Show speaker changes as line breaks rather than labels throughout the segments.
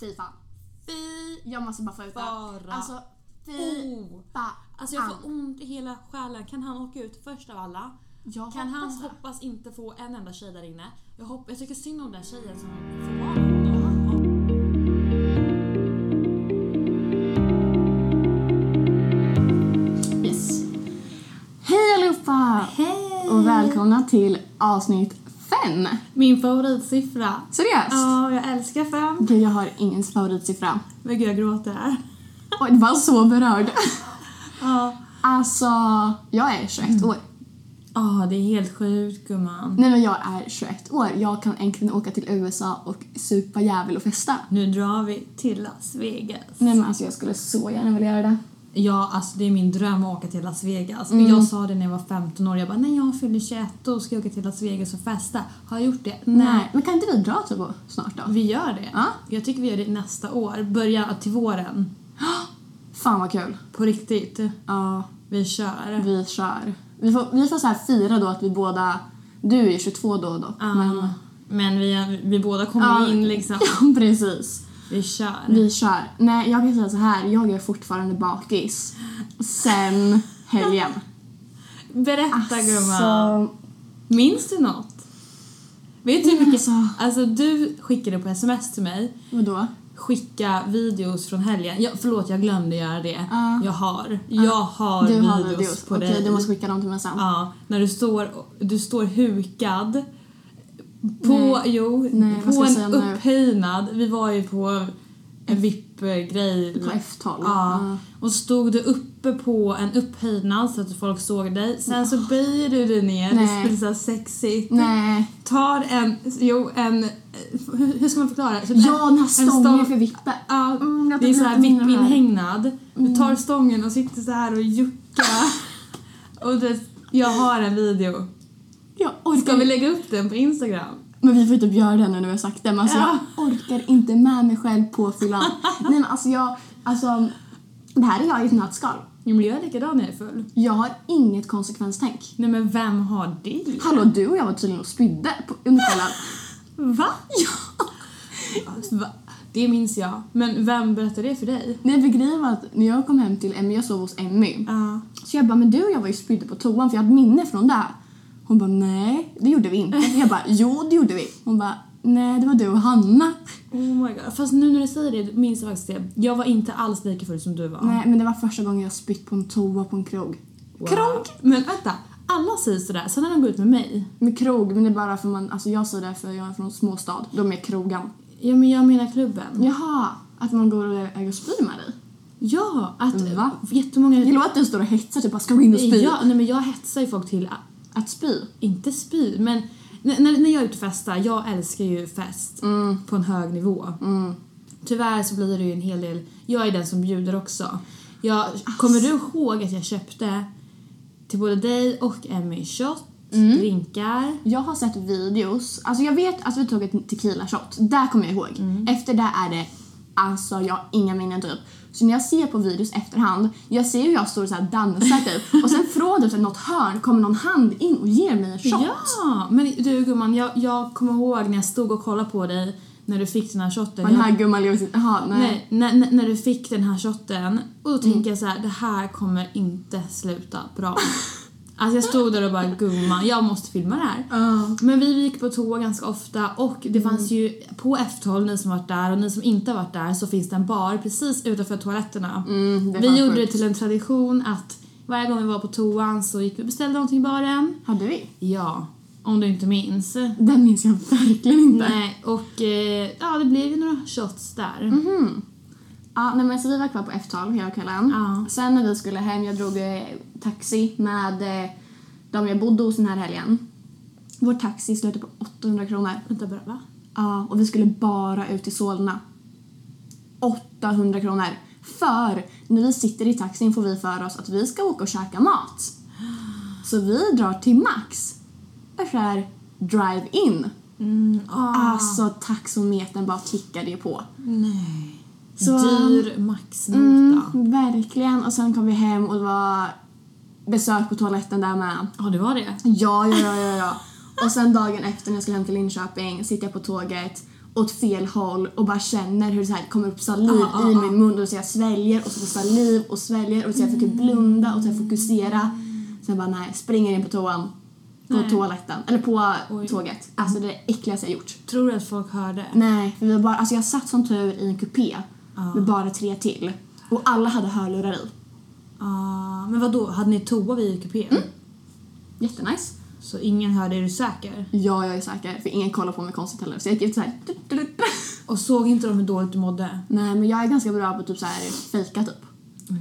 Fy fan. Fy! Jag måste bara få ut det här.
Bara.
Alltså, fy
Oh.
fan.
Alltså jag
Ah.
får ont i hela själen. Kan han åka ut först av alla?
Jag
Kan han
hoppas det.
hoppas inte få en enda tjej där inne? Jag, hopp- jag tycker synd om den tjejen som får vara där. Ja.
Yes. Hej allihopa!
Hej!
Och välkomna till avsnitt fem.
Min favoritsiffra.
Seriöst?
Ja, jag älskar fem.
Gud, jag har ingen favoritsiffra.
Men gud, jag gråter här.
Oj, det var så berörd.
Ja.
Alltså, jag är 21
Mm.
år.
Ja, det är helt sjukt gumman.
Nej men jag är 21 år. Jag kan äntligen åka till USA och supa jävel och festa.
Nu drar vi till Las Vegas.
Nej men alltså jag skulle så gärna vilja göra det.
Ja, alltså det är min dröm att åka till Las Vegas.
Mm.
Jag sa det när jag var 15 år. Jag bara, när jag fyller 21 och ska jag åka till Las Vegas och festa. Har jag gjort det? Nej.
Men kan inte vi dra typ och- snart då?
Vi gör det.
Ja.
Jag tycker vi gör det nästa år. Börja till våren.
Fan vad kul.
På riktigt.
Ja,
Vi kör.
vi kör. Vi får, vi får så här fira då att vi båda... Du är 22 då dock.
Ja.
Men,
Men vi, vi båda kommer
Ja.
in liksom.
ja, precis.
Vi kör.
Vi kör. Nej, jag kan säga så här. Jag är fortfarande bakis. Sen helgen. Alltså,
Berätta gumman. Minns du något? Vet du hur mycket...
Alltså.
Alltså du skickade på sms till mig.
Vadå?
skicka videos från helgen. Jag, förlåt, jag glömde göra det.
Ja.
Jag har. Jag har,
Du har
videos,
videos.
på
Okej,
dig.
du måste skicka dem till mig sen.
Ja, när du står, du står hukad. På,
Nej.
jo,
Nej, vad
på
ska jag säga
en
nu?
upphöjnad. Vi var ju på en VIP-grej.
På F12.
Ja. Och stod du uppe på en upphöjnad så att folk såg dig. Sen så böjer du dig ner.
Nej.
Det skulle så här sexigt.
Nej.
Tar en, jo en, hur, hur ska man förklara? Så
Ja, den här
en
stången för vippen.
Ja,
Mm, jag
det är
tycker
så
jag
här
tycker om den här. Mm.
VIP-inhägnad. Du tar stången och sitter så här och juckar. och det, jag har en video.
Jag orkar
Ska vi lägga upp den på Instagram?
Men vi får typ göra det nu när vi har sagt det. Men alltså,
Ja.
jag orkar inte med mig själv på fyllan. Nej men alltså jag, alltså det här är jag i ett nötskal.
Jo, men jag är likadan när jag är full.
Jag har inget konsekvenstänk.
Nej men vem har det?
Hallå du och jag var tydligen och spydde på, under kvällen.
Va? Ja. Va? Det minns jag. Men vem berättade det för dig?
Nej för grejen var att när jag kom hem till Emmy, jag sov hos Emmy.
Ja.
Så jag bara, men du och jag var ju spydde på toan för jag hade minne från det. Hon bara, nej det gjorde vi inte. Jag bara, jo det gjorde vi. Hon bara, nej det var du och Hanna.
Oh my god. Fast nu när du säger det minns jag faktiskt det. Jag var inte alls lika full som du var.
Nej men det var första gången jag spytt på en toa på en krog.
Wow.
Krog!
Men vänta. Alla säger sådär, sen när de går ut med mig.
Med krog, men det är bara för man, alltså jag säger det för jag är från småstad. De är krogan.
Ja men jag menar klubben.
Jaha, att man går och äger och spyr med dig?
Ja, att
Mm, Va?
jättemånga...
Det låter att du står och hetsar typ bara ska gå in och spy.
Ja, nej, men jag hetsar ju folk till, att-
Att spy?
inte spy, men n- när, när jag är ute och festar, jag älskar ju fest på en hög nivå. Tyvärr så blir det ju en hel del, jag är den som bjuder också. Jag, kommer du ihåg att jag köpte till både dig och Emmy shot, drinkar?
Jag har sett videos, alltså jag vet att vi tog ett tequila shot, där kommer jag ihåg.
Mm.
Efter det är det, alltså jag har inga minnen typ. Så när jag ser på videos efterhand, jag ser hur jag står och så här dansar typ och sen från typ så här något hörn kommer någon hand in och ger mig en shot.
Ja, men du gumman, jag, jag kommer ihåg när jag stod och kollade på dig när du fick den här shotten.
Och Den här gumman lever sitt... Jaha, nej. Mm.
Nej, när, när, när du fick den här shotten och då tänkte jag så här, det här kommer inte sluta bra. Alltså jag stod där och bara gumman, jag måste filma det här.
Ja. Mm.
Men vi gick på toa ganska ofta och det fanns ju på F12, ni som varit där och ni som inte har varit där så finns det en bar precis utanför toaletterna.
Mm, det är
vi
fan
gjorde det
sjukt.
till en tradition att varje gång vi var på toan så gick vi och beställde någonting i baren.
Hade vi?
Ja, om du inte minns.
Den minns jag verkligen inte.
Nej, och eh, ja det blev ju några shots där.
Mhm. Ja, nej, men så vi var kvar på F12 hela kvällen.
Ja.
Sen när vi skulle hem, jag drog eh, taxi med eh, de jag bodde hos den här helgen. Vår taxi slutade på 800 kronor.
Vänta bara, va?
Ja, och vi skulle bara ut till Solna. 800 kronor. För när vi sitter i taxin får vi för oss att vi ska åka och käka mat. Så vi drar till Max. Och så här drive-in.
Ah.
Alltså taxometern bara kickade ju på.
Nej.
Så-
Dyr maxnota.
Mm, verkligen. Och sen kom vi hem och det var besök på toaletten där med.
Ja, det var det.
Ja, ja, ja, ja, ja. Och sen dagen efter när jag skulle hem till Linköping sitter jag på tåget åt fel håll och bara känner hur det så här kommer upp saliv
Ja, ja,
i
ja.
min mun och så jag sväljer och så får saliv och sväljer och så jag försöker
Mm.
blunda och så jag fokusera. Sen bara nej, springer in på toan. På
Nej.
toaletten, eller på
Oj.
tåget. Alltså det är det äckligaste jag gjort.
Tror du att folk hörde?
Nej, för vi var bara, alltså jag satt som tur i en kupé
Ja.
med bara tre till. Och alla hade hörlurar i.
Ah, men vad då? hade ni toa vid kupén?
Jättenice.
Så ingen hörde, är du säker?
Ja, jag är säker. För ingen kollar på mig konstigt heller. Så jag gick ut såhär...
Och såg inte de hur dåligt du mådde?
Nej, men jag är ganska bra på typ så här fejka typ.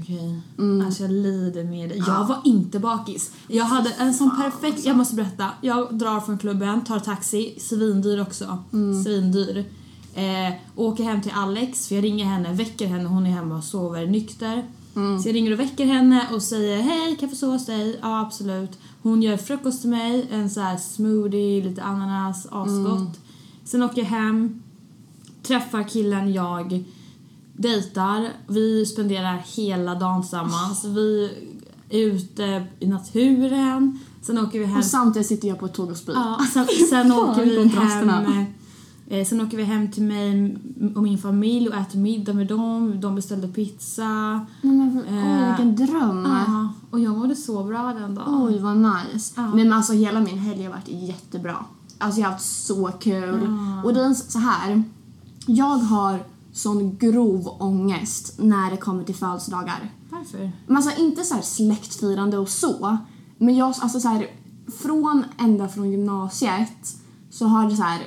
Okej. Alltså jag lider med dig. Jag var inte bakis. Jag hade en sån perfekt... Jag måste berätta. Jag drar från klubben, tar taxi, svindyr också. Svindyr. Eh, åker hem till Alex, för jag ringer henne, väcker henne, hon är hemma och sover nykter. Så jag ringer och väcker henne och säger hej, kan jag få sova hos dig? Ja, absolut. Hon gör frukost till mig, en så här smoothie, lite ananas, asgott. Sen åker jag hem, träffar killen jag dejtar. Vi spenderar hela dagen tillsammans. Vi är ute i naturen. Sen åker vi hem.
Och samtidigt sitter jag på ett tåg och spyr.
Ja, sen, sen
Fan,
åker vi
kontrasterna.
hem. eh, Sen åker vi hem till mig och min familj och äter middag med dem. De beställde pizza.
Nej, men för- Oj,
Eh,
vilken dröm.
Ja, och jag mådde så bra den dagen.
Oj, vad nice.
Ja.
Men alltså hela min helg har varit jättebra. Alltså jag har haft så kul. Och det är så här. Jag har sån grov ångest när det kommer till födelsedagar.
Varför?
Men alltså inte så här släktfirande och så. Men jag, alltså så här, från ända från gymnasiet så har det så här,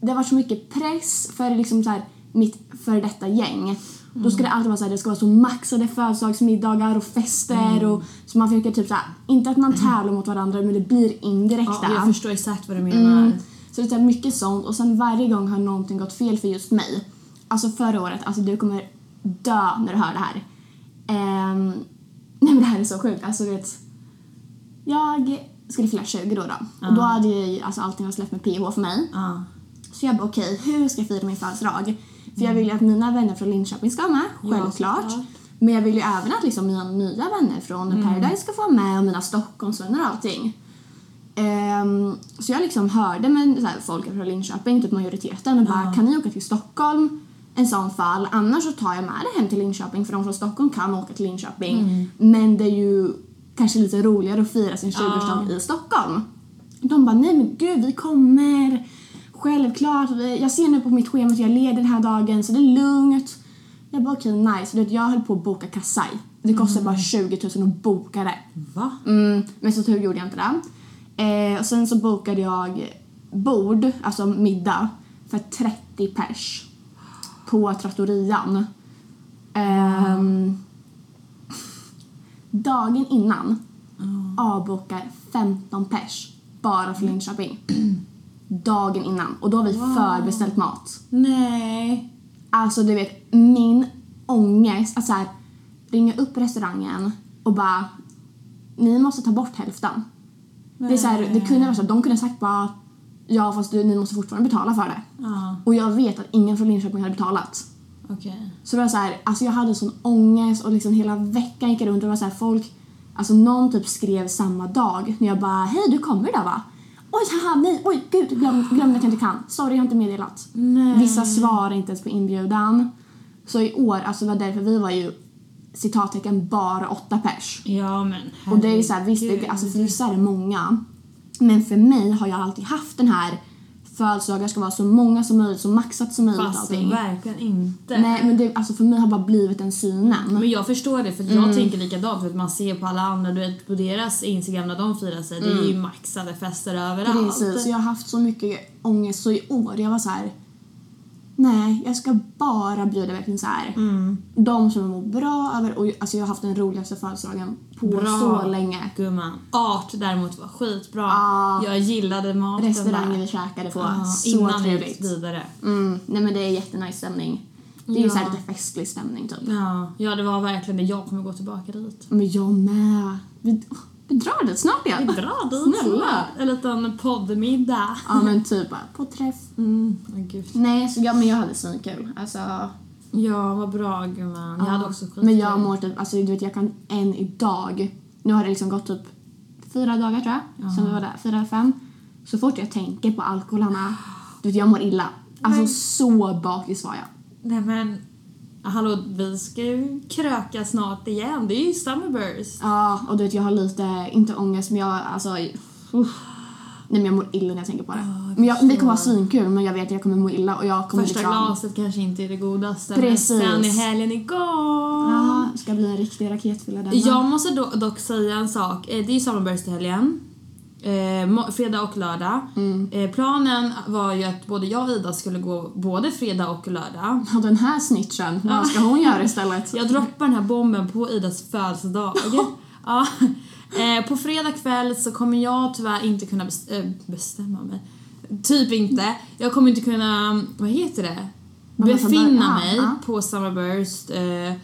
det har varit så mycket press för liksom så här, mitt före detta gäng. Då ska det alltid vara så här, det ska vara så maxade födelsedagsmiddagar och fester
Mm.
och så man försöker typ så här, inte att man tävlar mot varandra men det blir indirekta.
Ja, jag förstår exakt vad du menar.
Så det är mycket sånt och sen varje gång har någonting gått fel för just mig. Alltså förra året, alltså du kommer dö när du hör det här. Ehm, nej men det här är så sjukt, alltså du vet. Jag skulle fylla 20 då då. Och då hade ju alltså allting var släppt med PH för mig.
Ja.
Så jag bara okej, hur ska jag fira min födelsedag? För jag vill ju att mina vänner från Linköping ska vara med,
Ja,
självklart.
såklart.
men jag vill ju även att liksom mina nya vänner från Paradise ska få vara med och mina Stockholmsvänner och allting. Ehm, så jag liksom hörde med så här, folk från Linköping, typ majoriteten, och bara kan ni åka till Stockholm? En sån fall, annars så tar jag med det hem till Linköping för de från Stockholm kan åka till Linköping. Men det är ju kanske lite roligare att fira sin 20-årsdag i Stockholm. De bara, nej men gud vi kommer. Självklart. Vi- Jag ser nu på mitt schema att jag är ledig den här dagen så det är lugnt. Jag bara okej nice. Du vet, jag höll på att boka kassaj. Det kostar bara 20 000 att boka det.
Va?
Mm, men så tur gjorde jag inte det. Eh, och sen så bokade jag bord, alltså middag, för 30 pers på Trattorian. Ehm, dagen innan avbokar 15 pers bara för Linköping. Dagen innan. Och då har vi förbeställt mat.
Nej.
Alltså du vet, min ångest att så här, ringa upp restaurangen och bara ni måste ta bort hälften. Det, är så här, det kunde varit så att de kunde sagt bara ja fast du, ni måste fortfarande betala för det.
Ja,
Och jag vet att ingen från Linköping hade betalat.
okej.
Så det var så här, alltså jag hade sån ångest och liksom hela veckan gick jag runt och det var så här folk, alltså någon typ skrev samma dag när jag bara hej du kommer idag va? Oj haha nej oj gud glöm, glömde att jag inte kan. Sorry jag har inte meddelat.
Nej.
Vissa svarar inte ens på inbjudan. Så i år, alltså det var därför vi var ju citattecken bara åtta pers.
Ja men
Och det är ju såhär, visst det,
herregud.
alltså för vissa är det många. Men för mig har jag alltid haft den här födelsedagar ska vara så många som möjligt, så maxat som möjligt
Fast
allting.
Alltså, verkligen inte.
Nej men det, alltså för mig har bara blivit den synen.
Men jag förstår det för att
Mm.
jag tänker likadant för att man ser på alla andra, du vet på deras instagram när de firar sig, det är ju maxade fester överallt.
Mm. Precis, så jag har haft så mycket ångest så i år jag var så här. Nej, jag ska bara bjuda verkligen så här. De som jag mår bra över och alltså jag har haft den roligaste födelsedagen på
Bra.
så länge.
Gumman. Art däremot var skitbra.
Ja.
Jag gillade maten
Restaurangen
där.
vi käkade på,
Ja,
så
innan vi gick
trevligt.
vidare.
Mm. Nej men det är jättenice stämning. Det är ju
Ja.
så här lite festlig stämning typ.
Ja, ja, det var verkligen det. Jag kommer gå tillbaka dit.
Men jag med. Vi, åh, vi drar dit snart igen.
Dra dit
Snälla.
En liten poddmiddag.
Ja men typ bara, på träff.
Mm, oh, gud.
Nej, så jag, men jag hade svinkul. Alltså,
Ja, vad bra gumman. Jag hade också skitkul.
Men jag mår typ, alltså du vet jag kan än idag, nu har det liksom gått typ fyra dagar tror jag, sen vi var där, fyra, fem. Så fort jag tänker på alkoholarna, du vet jag mår illa. Alltså
Nej.
så bakis var jag.
Nej men, hallå vi ska ju kröka snart igen. Det är ju Summerburst.
Ja, och du vet jag har lite, inte ångest men jag alltså... Uff. Nej men jag mår illa när jag tänker på det. men jag, det kommer vara svinkul men jag vet att jag kommer må illa och jag kommer
Första
liksom...
glaset kanske inte är det godaste,
Precis.
men sen är helgen igång!
Ja, det ska bli en riktig raketfylla denna.
Jag måste do- dock säga en sak. Eh, Det är ju Summerburst i helgen. Eh, må- fredag och lördag.
Mm.
Eh, planen var ju att både jag och Ida skulle gå både fredag och lördag.
Och den här snitchen, vad ska hon göra istället?
Jag droppar den här bomben på Idas födelsedag. ja. eh, på fredag kväll så kommer jag tyvärr inte kunna bes- eh, bestämma mig. Typ inte. Jag kommer inte kunna, vad heter det?
Men man får
Befinna
börja,
mig
ja.
på Summerburst eh,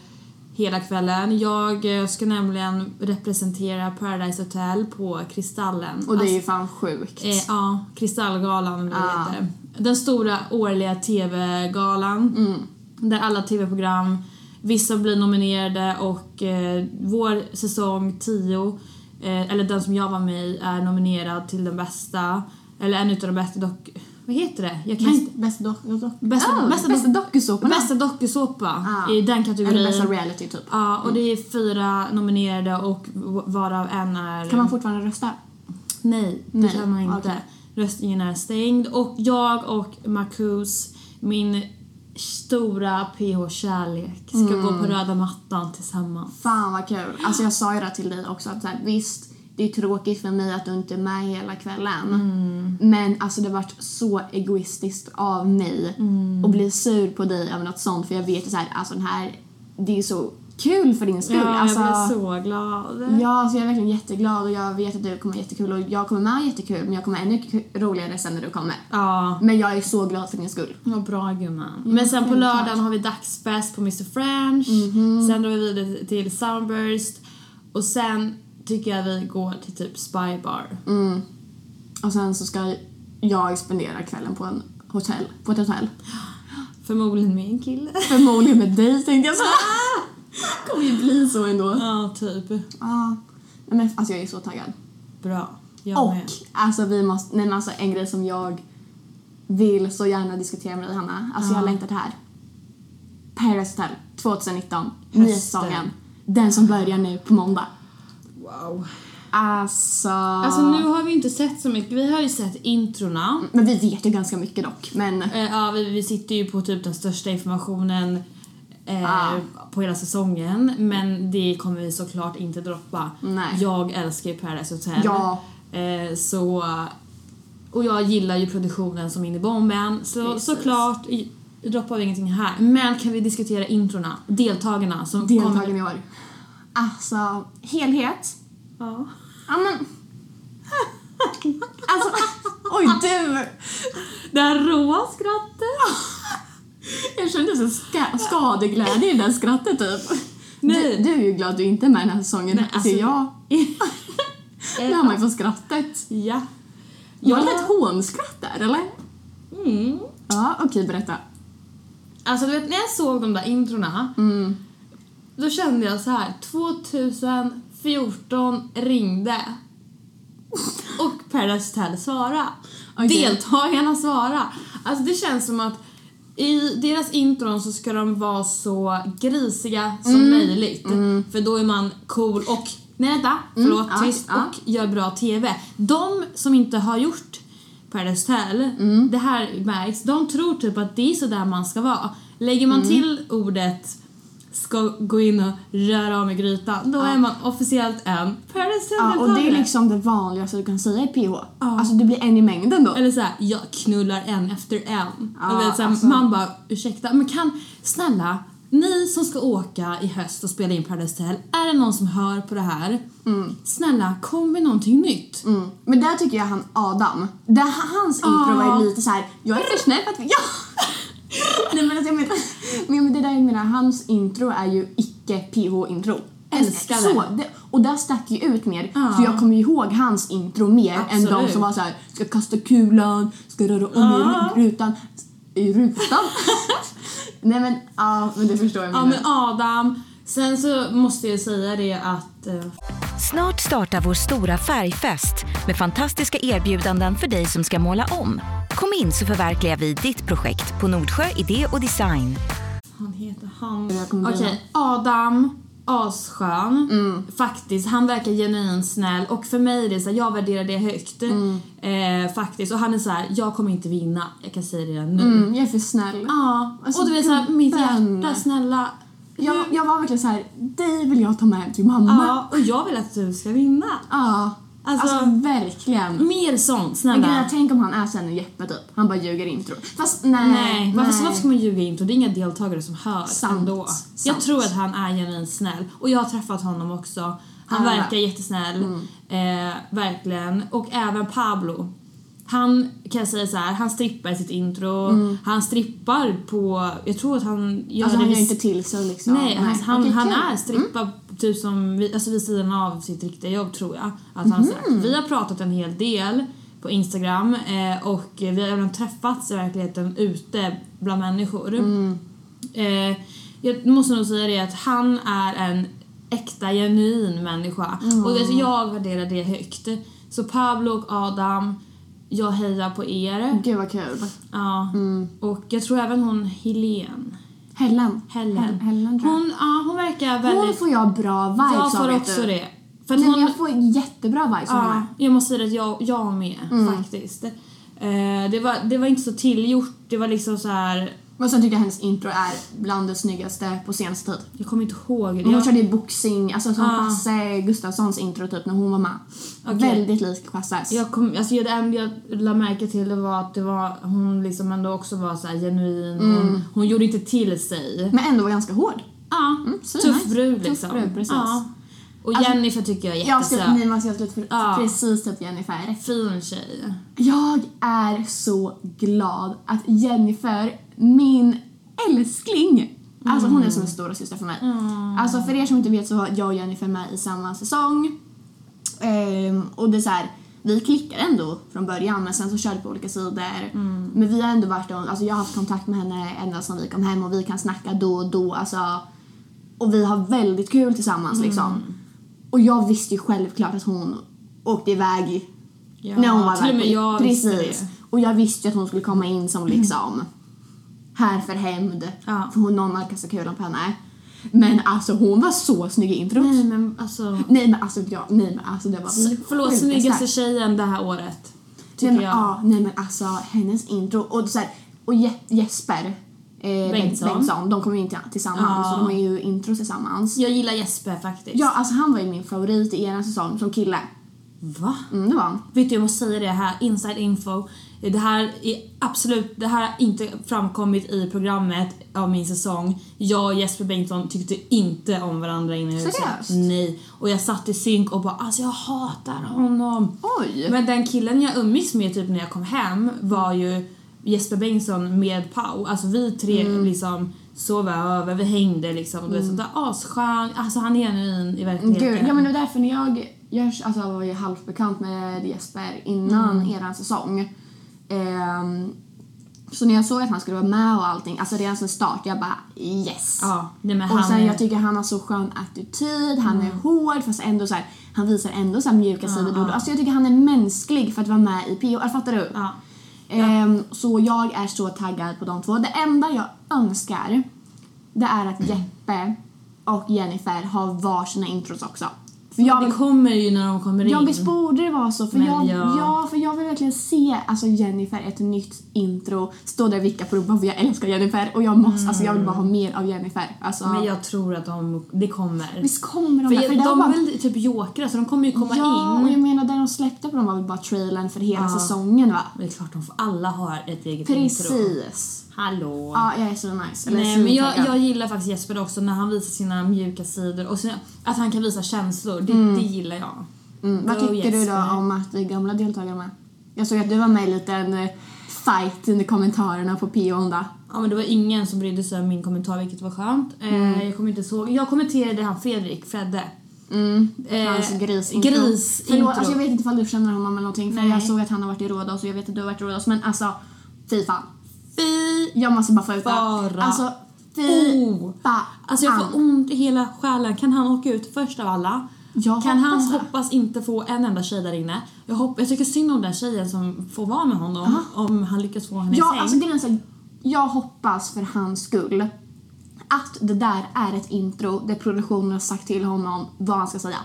hela kvällen. Jag eh, ska nämligen representera Paradise Hotel på Kristallen.
Och det är ju fan sjukt.
Eh, ja, Kristallgalan eller vad det
Ah.
heter. Den stora årliga
Mm.
TV-galan. Där alla TV-program, vissa blir nominerade och eh, vår säsong 10, eh, eller den som jag var med i, är nominerad till den bästa, eller en utav de bästa dock... Vad heter det? Jag kan
Bäst-
inte,
Bästa dock- dock-
Bästa-
Ah,
bästa
bästa dokusåporna.
bästa dokusåpa
Ah.
i den
Eller
kategorin.
bästa reality typ.
Ja, och det är fyra nominerade och v- varav en är...
Kan man fortfarande rösta?
Nej, det
Nej,
kan man inte.
okej.
Röstningen är stängd och jag och Marcus, min stora PH-kärlek, ska gå
Mm.
på röda mattan tillsammans.
Fan vad kul. Alltså jag sa ju det till dig också att så här, visst, det är tråkigt för mig att du inte är med hela kvällen. Men alltså det vart så egoistiskt av mig att bli sur på dig över något sånt för jag vet ju så här, alltså den här, det är så kul för din skull.
Ja,
alltså,
jag blev så glad.
Ja, alltså jag är verkligen jätteglad och jag vet att du kommer ha jättekul och jag kommer med ha jättekul men jag kommer ha ännu ku- roligare sen när du kommer.
Ja, Mm,
Men jag är så glad för din skull.
vad bra gumman. Men sen på
självklart.
lördagen har vi dagsfest på Mr French, sen drar vi vidare till Sunburst och sen tycker jag vi går till typ Spy Bar.
Och sen så ska jag spendera kvällen på, en hotell, på ett hotell.
Förmodligen med en kille.
Förmodligen med dig tänkte jag säga. kommer ju bli så ändå.
ja, typ.
Ja. Nej, Men alltså jag är så taggad.
Bra. Jag
och
med.
alltså vi måste, nej men alltså en grej som jag vill så gärna diskutera med dig Hanna. Alltså jag
Ja.
har längtat här. Paradise Hotel 2019, nya säsongen. Den som börjar nu på måndag.
Wow.
Alltså...
Alltså nu har vi inte sett så mycket. Vi har ju sett introna.
Men vi vet ju ganska mycket dock. Men
Eh, ja, vi, vi sitter ju på typ den största informationen eh,
Ah.
på hela säsongen. Men det kommer vi såklart inte droppa.
Nej.
Jag älskar ju Paradise Hotel.
Ja.
Eh, så... Och jag gillar ju produktionen som in i bomben. Så
Precis.
såklart i- droppar vi ingenting här. Men kan vi diskutera introna? Deltagarna som
deltagarna
kommer...
i år. Alltså helhet.
Ja.
Ja men... Alltså... Oj du!
Det här råa
Ah.
skrattet!
Jag kände så ska- skadeglädje i det där skrattet typ.
Nej.
Du, du är ju glad du inte är med den här säsongen.
Nej,
Nej, eh,
alltså-
jag. Det har man ju på skrattet.
ja.
Jag har
Ja.
ett hånskratt där eller?
Mm.
Ja okej berätta.
Alltså du vet när jag såg de där introna Då kände jag så här 2014 ringde Och Paradise Hotel svara
Okej.
Deltagarna svara Alltså det känns som att i deras intron så ska de vara så grisiga som möjligt För då är man cool och Nej vänta, förlåt,
ja,
tyst
ja.
och gör bra TV De som inte har gjort Paradise Hotel,
Mm.
det här märks, de tror typ att det är så där man ska vara. Lägger man
Mm.
till ordet ska gå in och röra om i grytan, då är man officiellt en Paradise
Ja, och
Hotel-deltagare.
det är liksom det vanligaste du kan säga i PH. Alltså du blir en i mängden då.
Eller såhär, jag knullar en efter en.
Ja,
och vet, såhär,
alltså.
Man bara, ursäkta, men kan, snälla, ni som ska åka i höst och spela in Paradise Hotel, är det någon som hör på det här? Snälla, kom med någonting nytt.
Mm. Men där tycker jag han Adam, där, hans intro var ju lite så här. jag är för snäll för att... Ja! Nej men alltså jag menar, men men det där jag menar, hans intro är ju icke PH-intro.
Älskar det.
Så, det, och där stack ju ut mer,
Ja.
för jag kommer ju ihåg hans intro mer än de
Absolut.
som var så här: ska kasta kulan, ska röra om
Ja.
i rutan. I rutan? Nej men, ja men du förstår jag
Ja
menar.
men Adam, sen så måste jag säga det att eh,
Snart startar vår stora färgfest med fantastiska erbjudanden för dig som ska måla om. Kom in så förverkligar vi ditt projekt på Nordsjö Idé och Design.
Han heter han.
Jag kommer
Okej,
bli Mm. någon.
Adam. Asskön. Faktiskt. Han verkar genuint snäll och för mig är det så här, jag värderar det högt.
Mm.
Eh, faktiskt. Och han är så här, jag kommer inte vinna. Jag kan säga det redan nu.
Mm, jag är för snäll.
Ja.
Alltså,
och du vet såhär, mitt
gubben.
hjärta snälla.
Jag, jag var verkligen så här, dig vill jag ta med hem till mamma.
Ja, och jag vill att du ska vinna.
Ja. Alltså,
Alltså-
verkligen.
Mer sånt,
Men grejen är,
snälla.
tänk om han är sen en Jeppe typ. Han bara ljuger intro. Fast nej.
Nej, varför, varför ska man ljuga in? Det är inga deltagare som hör
Sant,
ändå.
sant.
Jag tror att han är genuint snäll och jag har träffat honom också. Han
Ah. Mm.
verkar jättesnäll. Eh, verkligen. Och även Pablo. Han kan jag säga så här, han strippar i sitt intro. Han strippar på, jag tror att han gör
Mm. Alltså,
det
han
vid
gör inte till sig liksom.
Nej, han, han,
Okej, Mm.
han
kul.
är strippa typ som vi, alltså vid sidan av sitt riktiga jobb tror jag att han sagt.
Mhm.
Vi har pratat en hel del på Instagram eh, och vi har även träffats i verkligheten ute bland människor.
Mm.
Eh, jag måste nog säga det att han är en äkta genuin människa
Mm.
och alltså, jag värderar det högt. Så Pablo och Adam, jag hejar på er.
Gud vad kul.
Ja.
Mm.
Och jag tror även hon Helene
Helen.
Helen.
Hel- Helen tror jag.
hon, ja, hon verkar väldigt...
Hon får jag bra vibes
jag
av,
får
vet
också
du.
det. För att
Nej, men
hon,
jag får jättebra vibes av
ja,
henne.
jag måste säga att jag, jag med
Mm.
faktiskt. Eh, det, var, det var inte så tillgjort. Det var liksom så här.
Men sen tycker jag hennes intro är bland det snyggaste på senaste tid.
Jag kommer inte ihåg.
Hon
Jag,
körde ju boxing, alltså som
Ah.
Basse Gustafssons intro typ när hon var med.
Okej.
Väldigt lik Basses.
jag kom, alltså det enda jag la märke till det var att det var, hon liksom ändå också var så här genuin.
Mm.
Hon, hon gjorde inte till sig.
Men ändå var ganska hård.
Ja,
Mm. så
tuff
nice.
brud
Tuff
liksom.
brud, precis. Alltså,
Ja. Och Jennifer tycker jag är
Jag ska
jättesöt.
mima så alltså, jag skulle
Ja.
precis typ Jennifer.
Fin tjej.
Jag är så glad att Jennifer, min älskling, alltså hon är som en stora syster för mig. Alltså för er som inte vet så var jag och Jennifer med i samma säsong. Ehm, och det är så här, vi klickade ändå från början men sen så körde vi på olika sidor. Men vi har ändå varit, alltså jag har haft kontakt med henne ända sedan vi kom hem och vi kan snacka då och då. Alltså, och vi har väldigt kul tillsammans liksom. Och jag visste ju självklart att hon åkte iväg
Ja,
när hon var
till och med
där.
jag visste
Precis.
det. Mm.
Och jag visste ju att hon skulle komma in som liksom här för hämnd.
Ja.
För hon någon hade kastat kulan på henne. Men alltså hon var så snygg i introt.
Nej men alltså.
Nej men alltså, jag, nej, men alltså det var
S- Förlåt,
sjukt
snyggaste
starkt.
tjejen det här året.
nej,
Tycker
men,
jag.
Ja, nej men alltså hennes intro och, så här, och Je- Jesper eh, Bengtsson.
Bengtsson.
Bengtsson, de kom ju inte tillsammans
Ja.
så de har ju intro tillsammans.
Jag gillar Jesper faktiskt.
Ja alltså han var ju min favorit i eran säsong som kille.
Va?
Mm, det var han.
Vet du, jag måste säga det här, inside info. Det här är absolut, det här har inte framkommit i programmet av min säsong. Jag och Jesper Bengtsson tyckte inte om varandra inne i huset.
Seriöst?
Nej. Och jag satt i synk och bara alltså jag hatar honom.
Oj!
Men den killen jag umgicks med typ när jag kom hem var ju Jesper Bengtsson med Pau. Alltså vi tre
Mm.
liksom sov över, vi hängde liksom. Du vet sånt där asskön. Alltså han är genuin i verkligheten.
Gud, ja men det var därför när jag, jag alltså, var ju halvt bekant med Jesper innan eran säsong. Ehm, så när jag såg att han skulle vara med och allting, alltså redan sen start, jag bara yes.
Ja, nej men
och
han
sen
är- Mm.
jag tycker han har så skön attityd, han är hård fast ändå så här, han visar ändå så här mjuka sidor då och då. Alltså jag tycker han är mänsklig för att vara med i PO, Eller, fattar du?
Ja.
Ehm, så jag är så taggad på de två. Det enda jag önskar det är att Jeppe och Jennifer har varsina intros också. För jag
Det
vill,
kommer ju när de kommer in.
jag visst borde det vara så för
Men
jag,
ja.
ja, för jag vill verkligen se alltså Jennifer ett nytt intro, stå där och vicka på rumpan för jag älskar Jennifer och jag måste, alltså jag vill bara ha mer av Jennifer. Alltså,
Mm. Men jag tror att de, det kommer.
visst kommer de
För
där? För det
de
där var
är
bara-
väl typ jokrar så de kommer ju komma
Ja, och
in.
jag menar där de släppte på dem var väl bara trailern för hela säsongen va?
Men det är klart de får, alla har ett eget intro.
Precis.
Hallå.
Ja, jag är så nice. Eller
Nej
så
men jag,
taggad.
jag gillar faktiskt Jesper också när han visar sina mjuka sidor och sina, att han kan visa känslor. Det, det gillar jag. oh,
Mm, Vad
Go
tycker du då
Jesper.
om att vi gamla deltagare är med? Jag såg att du var med i en liten eh, fight under kommentarerna på PO då.
Ja men det var ingen som brydde sig om min kommentar vilket var skönt.
Mm.
Eh, jag kommer inte ihåg. Jag kommenterade han Fredrik, Fredde. Mm.
Hans grisintro.
gris
Förlåt, alltså jag vet inte ifall du känner honom eller någonting för
Nej.
jag såg att han har varit i Rhodos och jag vet att du har varit i Rhodos men alltså fy fan.
Fy
Jag måste bara få ut det.
Bara.
Alltså fy
Oh.
fan. Ah.
Alltså jag får ont i hela själen. Kan han åka ut först av alla?
Jag
kan han
hoppas det.
hoppas inte få en enda tjej där inne? Jag, hopp, jag tycker synd om den tjejen som får vara med honom om han lyckas få henne i
Ah. Ja,
säng.
alltså grejen är så här, jag hoppas för hans skull att det där är ett intro där produktionen har sagt till honom vad han ska säga.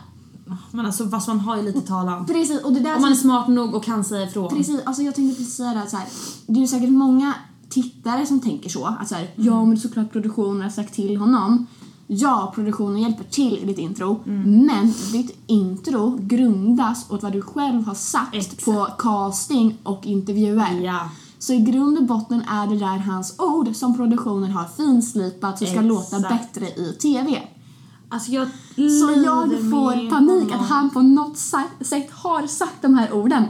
Men alltså fast man har ju lite talan.
Precis, och det där
Om man är smart nog och kan säga ifrån.
Precis, alltså jag tänkte precis säga det här, så här. Det är ju säkert många tittare som tänker så. Att så här,
Mm.
ja men det är såklart produktionen har sagt till honom. Ja, produktionen hjälper till i ditt intro.
Mm.
Men ditt intro grundas åt vad du själv har sagt
Exakt.
på casting och intervjuer.
Ja.
Så i grund och botten är det där hans ord som produktionen har finslipat som ska låta
Exakt.
bättre i TV.
Alltså jag
Så
lider
jag
med
får panik att
honom.
han på något sa- sätt har sagt de här orden.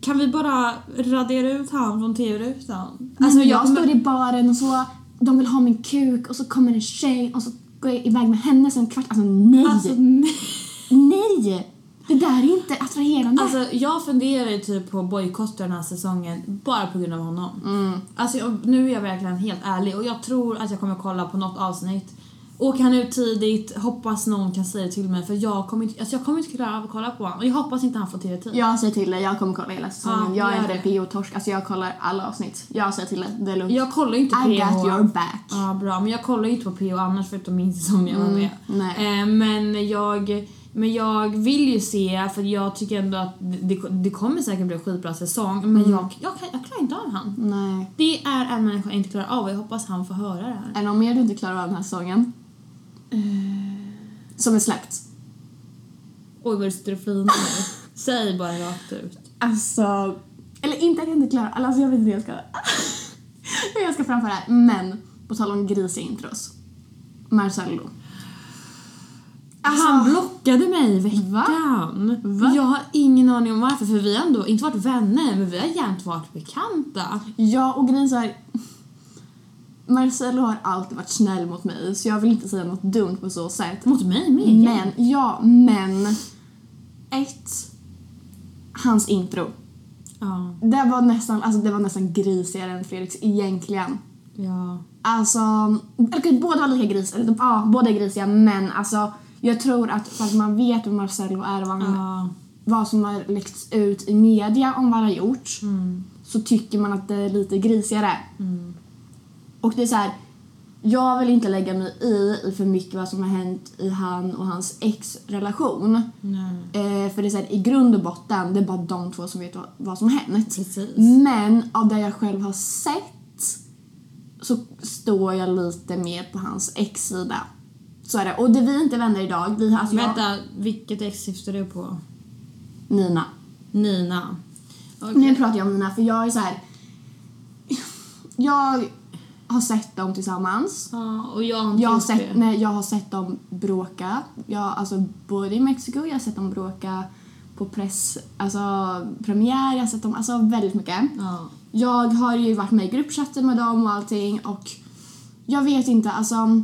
Kan vi bara radera ut han från tv-rutan?
Alltså, jag,
kommer-
står i baren och så, de vill ha min kuk och så kommer en tjej och så går jag iväg med henne sen kvart. Alltså nej!
Alltså, nej.
nej! Det där är inte attraherande.
Alltså, jag funderar ju typ på att bojkotta den här säsongen bara på grund av honom.
Mm.
Alltså, jag, nu är jag verkligen helt ärlig och jag tror att jag kommer kolla på något avsnitt. Åker han ut tidigt, hoppas någon kan säga det till mig för jag kommer inte, alltså, jag kommer inte klara av att kolla på honom. Och jag hoppas inte han får tv-tid.
jag säger till dig, jag kommer kolla hela säsongen.
Ja,
jag är
gör
inte
det.
PO-torsk. Alltså jag kollar alla avsnitt. Jag säger till dig, det är lugnt.
Jag kollar ju inte på
I got your back.
Ja, bra. Men jag kollar ju inte på PO annars förutom min som jag var med.
Mm, nej.
Eh, men, jag, men jag vill ju se, för jag tycker ändå att det, det kommer säkert bli en skitbra säsong.
Mm.
Men jag, jag, kan- jag klarar inte av han.
Nej.
Det är en människa jag inte klarar av och jag hoppas han får höra det här.
Är det någon mer du inte klarar av den här säsongen? Eh. Som är släppt?
Oj vad du sitter och flinar nu. Säg bara rakt ut.
Alltså, eller inte att jag inte klarar alltså jag vet inte hur jag ska, hur jag ska framföra det här. Men på tal om grisiga intros. Marcello. Alltså,
han blockade mig i veckan. Jag har ingen aning om varför för vi har ändå inte varit vänner men vi har jämt varit bekanta.
Ja, och grejen är så här. Marcello har alltid varit snäll mot mig så jag vill inte säga något dumt på så sätt.
Mot mig med.
Men, ja, men. Ett. Hans intro.
Ja,
Det var nästan, alltså det var nästan grisigare än Fredriks egentligen.
ja.
Alltså, eller okej, båda var lika grisiga, eller, ja, båda är grisiga men alltså jag tror att för att man vet vem Marcello är och vad, han,
ja.
vad som har läckts ut i media om vad han har gjort
Mm.
så tycker man att det är lite grisigare. Och det är så här, jag vill inte lägga mig i, i för mycket vad som har hänt i han och hans ex-relation.
Nej.
Eh, för det är så här, i grund och botten, det är bara de två som vet vad, vad som har hänt.
Precis.
Men av det jag själv har sett så står jag lite mer på hans ex-sida. Så är det. Och det vi är inte vänner idag, vi har alltså jag-
Vänta, vilket ex syftar du på?
Nina.
Nina. Okej.
Nu pratar jag om Nina för jag är så här. Jag har sett dem tillsammans.
Ja, och jag har inte
Jag har,
gjort
sett,
det.
nej, jag har sett dem bråka, jag, alltså, både i Mexiko, jag har sett dem bråka på press, alltså premiär, jag har sett dem, alltså väldigt mycket.
Ja.
Jag har ju varit med i gruppchatter med dem och allting och jag vet inte, alltså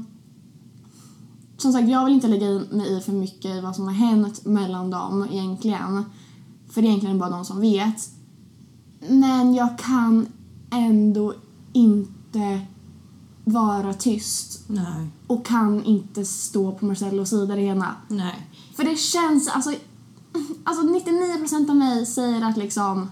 som sagt, jag vill inte lägga i- mig i för mycket i vad som har hänt mellan dem egentligen. För det är egentligen bara de som vet. Men jag kan ändå inte vara tyst
Nej.
och kan inte stå på Marcellos sida det ena.
Nej.
För det känns, alltså, alltså 99% av mig säger att liksom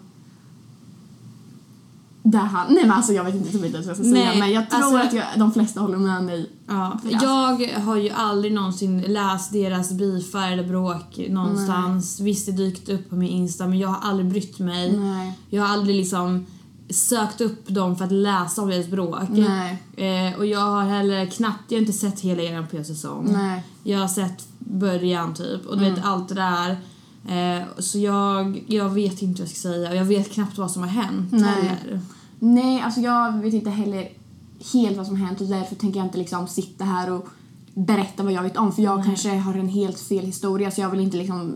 där han, nej men alltså jag vet inte typ inte ens vad jag ska säga
Nej,
men jag tror
alltså-
att jag, de flesta håller med mig.
Ja,
Ja.
jag har ju aldrig någonsin läst deras beefar eller bråk någonstans. Visst, det dykt upp på min Insta, men jag har aldrig brytt mig.
Nej.
Jag har aldrig liksom sökt upp dem för att läsa om deras bråk.
Nej.
Eh, och jag har heller knappt, jag har inte sett hela er PO-säsong.
Nej. Mm.
Jag har sett början typ och du vet allt det där. Eh, så jag, jag vet inte vad jag ska säga och jag vet knappt vad som har hänt
Nej.
heller.
Nej, alltså jag vet inte heller helt vad som har hänt och därför tänker jag inte liksom sitta här och berätta vad jag vet om för jag kanske har en helt fel historia så jag vill inte liksom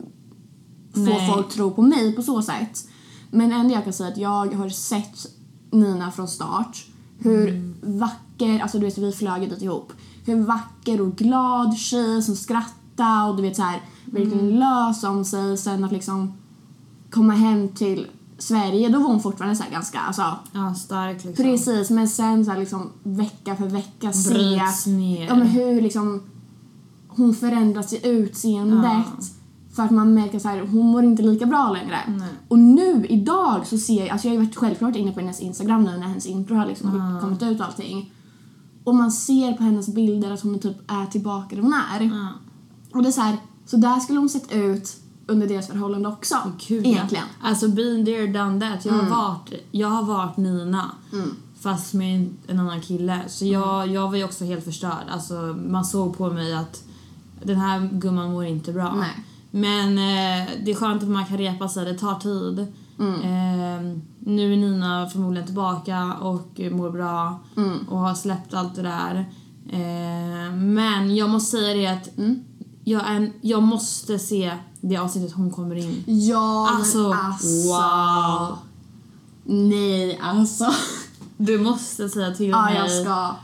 få
Nej.
folk tro på mig på så sätt. Men ändå jag kan säga att jag har sett Nina från start. Hur vacker, alltså du vet vi flög ju dit ihop. Hur vacker och glad tjej som skrattar och du vet så här verkligen lös om sig sen att liksom komma hem till Sverige då var hon fortfarande så här ganska alltså
Ja, stark liksom.
Precis, men sen så här, liksom, vecka för vecka se
Bryts ner.
ja, men hur liksom, hon förändras i utseendet. För att man märker så här, hon mår inte lika bra längre.
Nej.
Och nu idag så ser jag, alltså jag har ju varit självklart inne på hennes Instagram nu när hennes intro har liksom kommit ut och allting. Och man ser på hennes bilder att hon typ är tillbaka där hon är.
Ja.
Och det är så här, så där skulle hon sett ut under deras förhållande också.
Gud, ja.
egentligen. Mm.
Alltså been there done that. Jag, har, varit, jag har varit Nina fast med en, en annan kille. Så jag,
Mm.
jag var ju också helt förstörd. Alltså, man såg på mig att den här gumman mår inte bra.
Nej.
Men eh, det är skönt att man kan repa sig, det tar tid.
Mm.
Eh, nu är Nina förmodligen tillbaka och mår bra
Mm.
och har släppt allt det där. Eh, men jag måste säga det att
Mm.
jag, är, en- jag måste se det avsnittet hon kommer in.
Ja, men
Alltså,
alltså.
wow.
Nej, alltså.
Du måste säga till
Ja,
mig.
jag ska.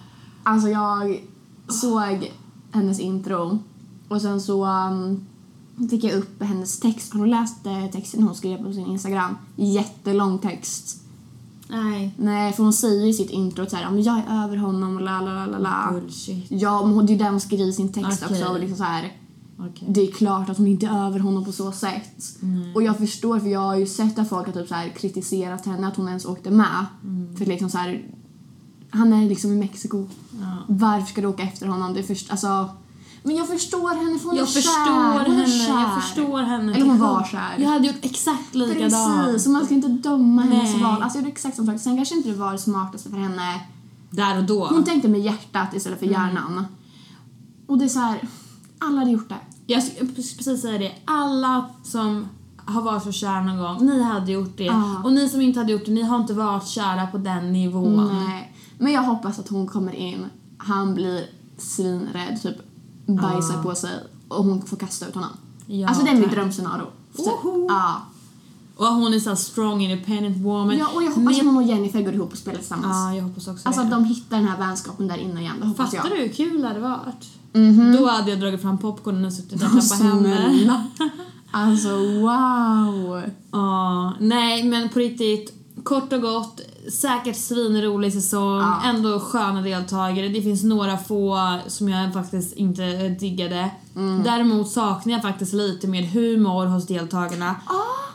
Alltså jag såg hennes intro och sen så um, fick jag upp hennes text. Har du läst eh, texten hon skrev på sin Instagram? Jättelång text.
Nej.
Nej, för hon säger i sitt intro att så här, "Ja, men jag är över honom och la la la la la.
Bullshit.
Ja, men hon- det är ju där hon skriver i sin text
Okej.
också. Och liksom så här,
Okej.
det är klart att hon inte är över honom på så sätt.
Mm.
Och jag förstår för jag har ju sett att folk har typ så här kritiserat henne att hon ens åkte med.
Mm.
För liksom så här, han är liksom i Mexiko.
Ja.
Varför ska du åka efter honom? Det är först, alltså, men jag förstår henne för hon är
Jag
kär.
förstår
hon är
henne.
kär.
Jag förstår henne.
Eller hon
till
var
sjuk-
kär.
Jag hade gjort exakt likadant.
Precis, så man ska inte döma hennes
Nej.
val. Alltså jag gjorde exakt samma sak. Sen kanske inte det var det smartaste för henne.
Där och då.
Hon tänkte med hjärtat istället
Mm.
för hjärnan. Och det är så här, alla hade gjort det.
Jag skulle precis säga det. Alla som har varit så kära någon gång, ni hade gjort det.
Ja.
Och ni som inte hade gjort det, ni har inte varit kära på den nivån.
Nej. Men jag hoppas att hon kommer in, han blir svinrädd, typ bajsar på sig och hon får kasta ut honom.
Ah. Ja,
alltså det är mitt
tack.
drömscenario. Typ.
Oho.
Ja.
Och hon är såhär strong independent woman.
ja, och jag hoppas
Med-
hon och Jennifer går ihop och spelar tillsammans.
Ah, Ja, jag hoppas också
Alltså
det.
att de hittar den här vänskapen där inne igen, det hoppas
Fattar
jag. Mhm.
du hur kul det hade varit? Då hade jag dragit fram popcornen och suttit och klappat
snälla.
henne.
Alltså wow!
Ja, nej men på riktigt. Kort och gott, säkert svinrolig säsong,
Ja.
ändå sköna deltagare. Det finns några få som jag faktiskt inte eh, diggade.
Mm.
Däremot saknar jag faktiskt lite mer humor hos deltagarna.
Ah,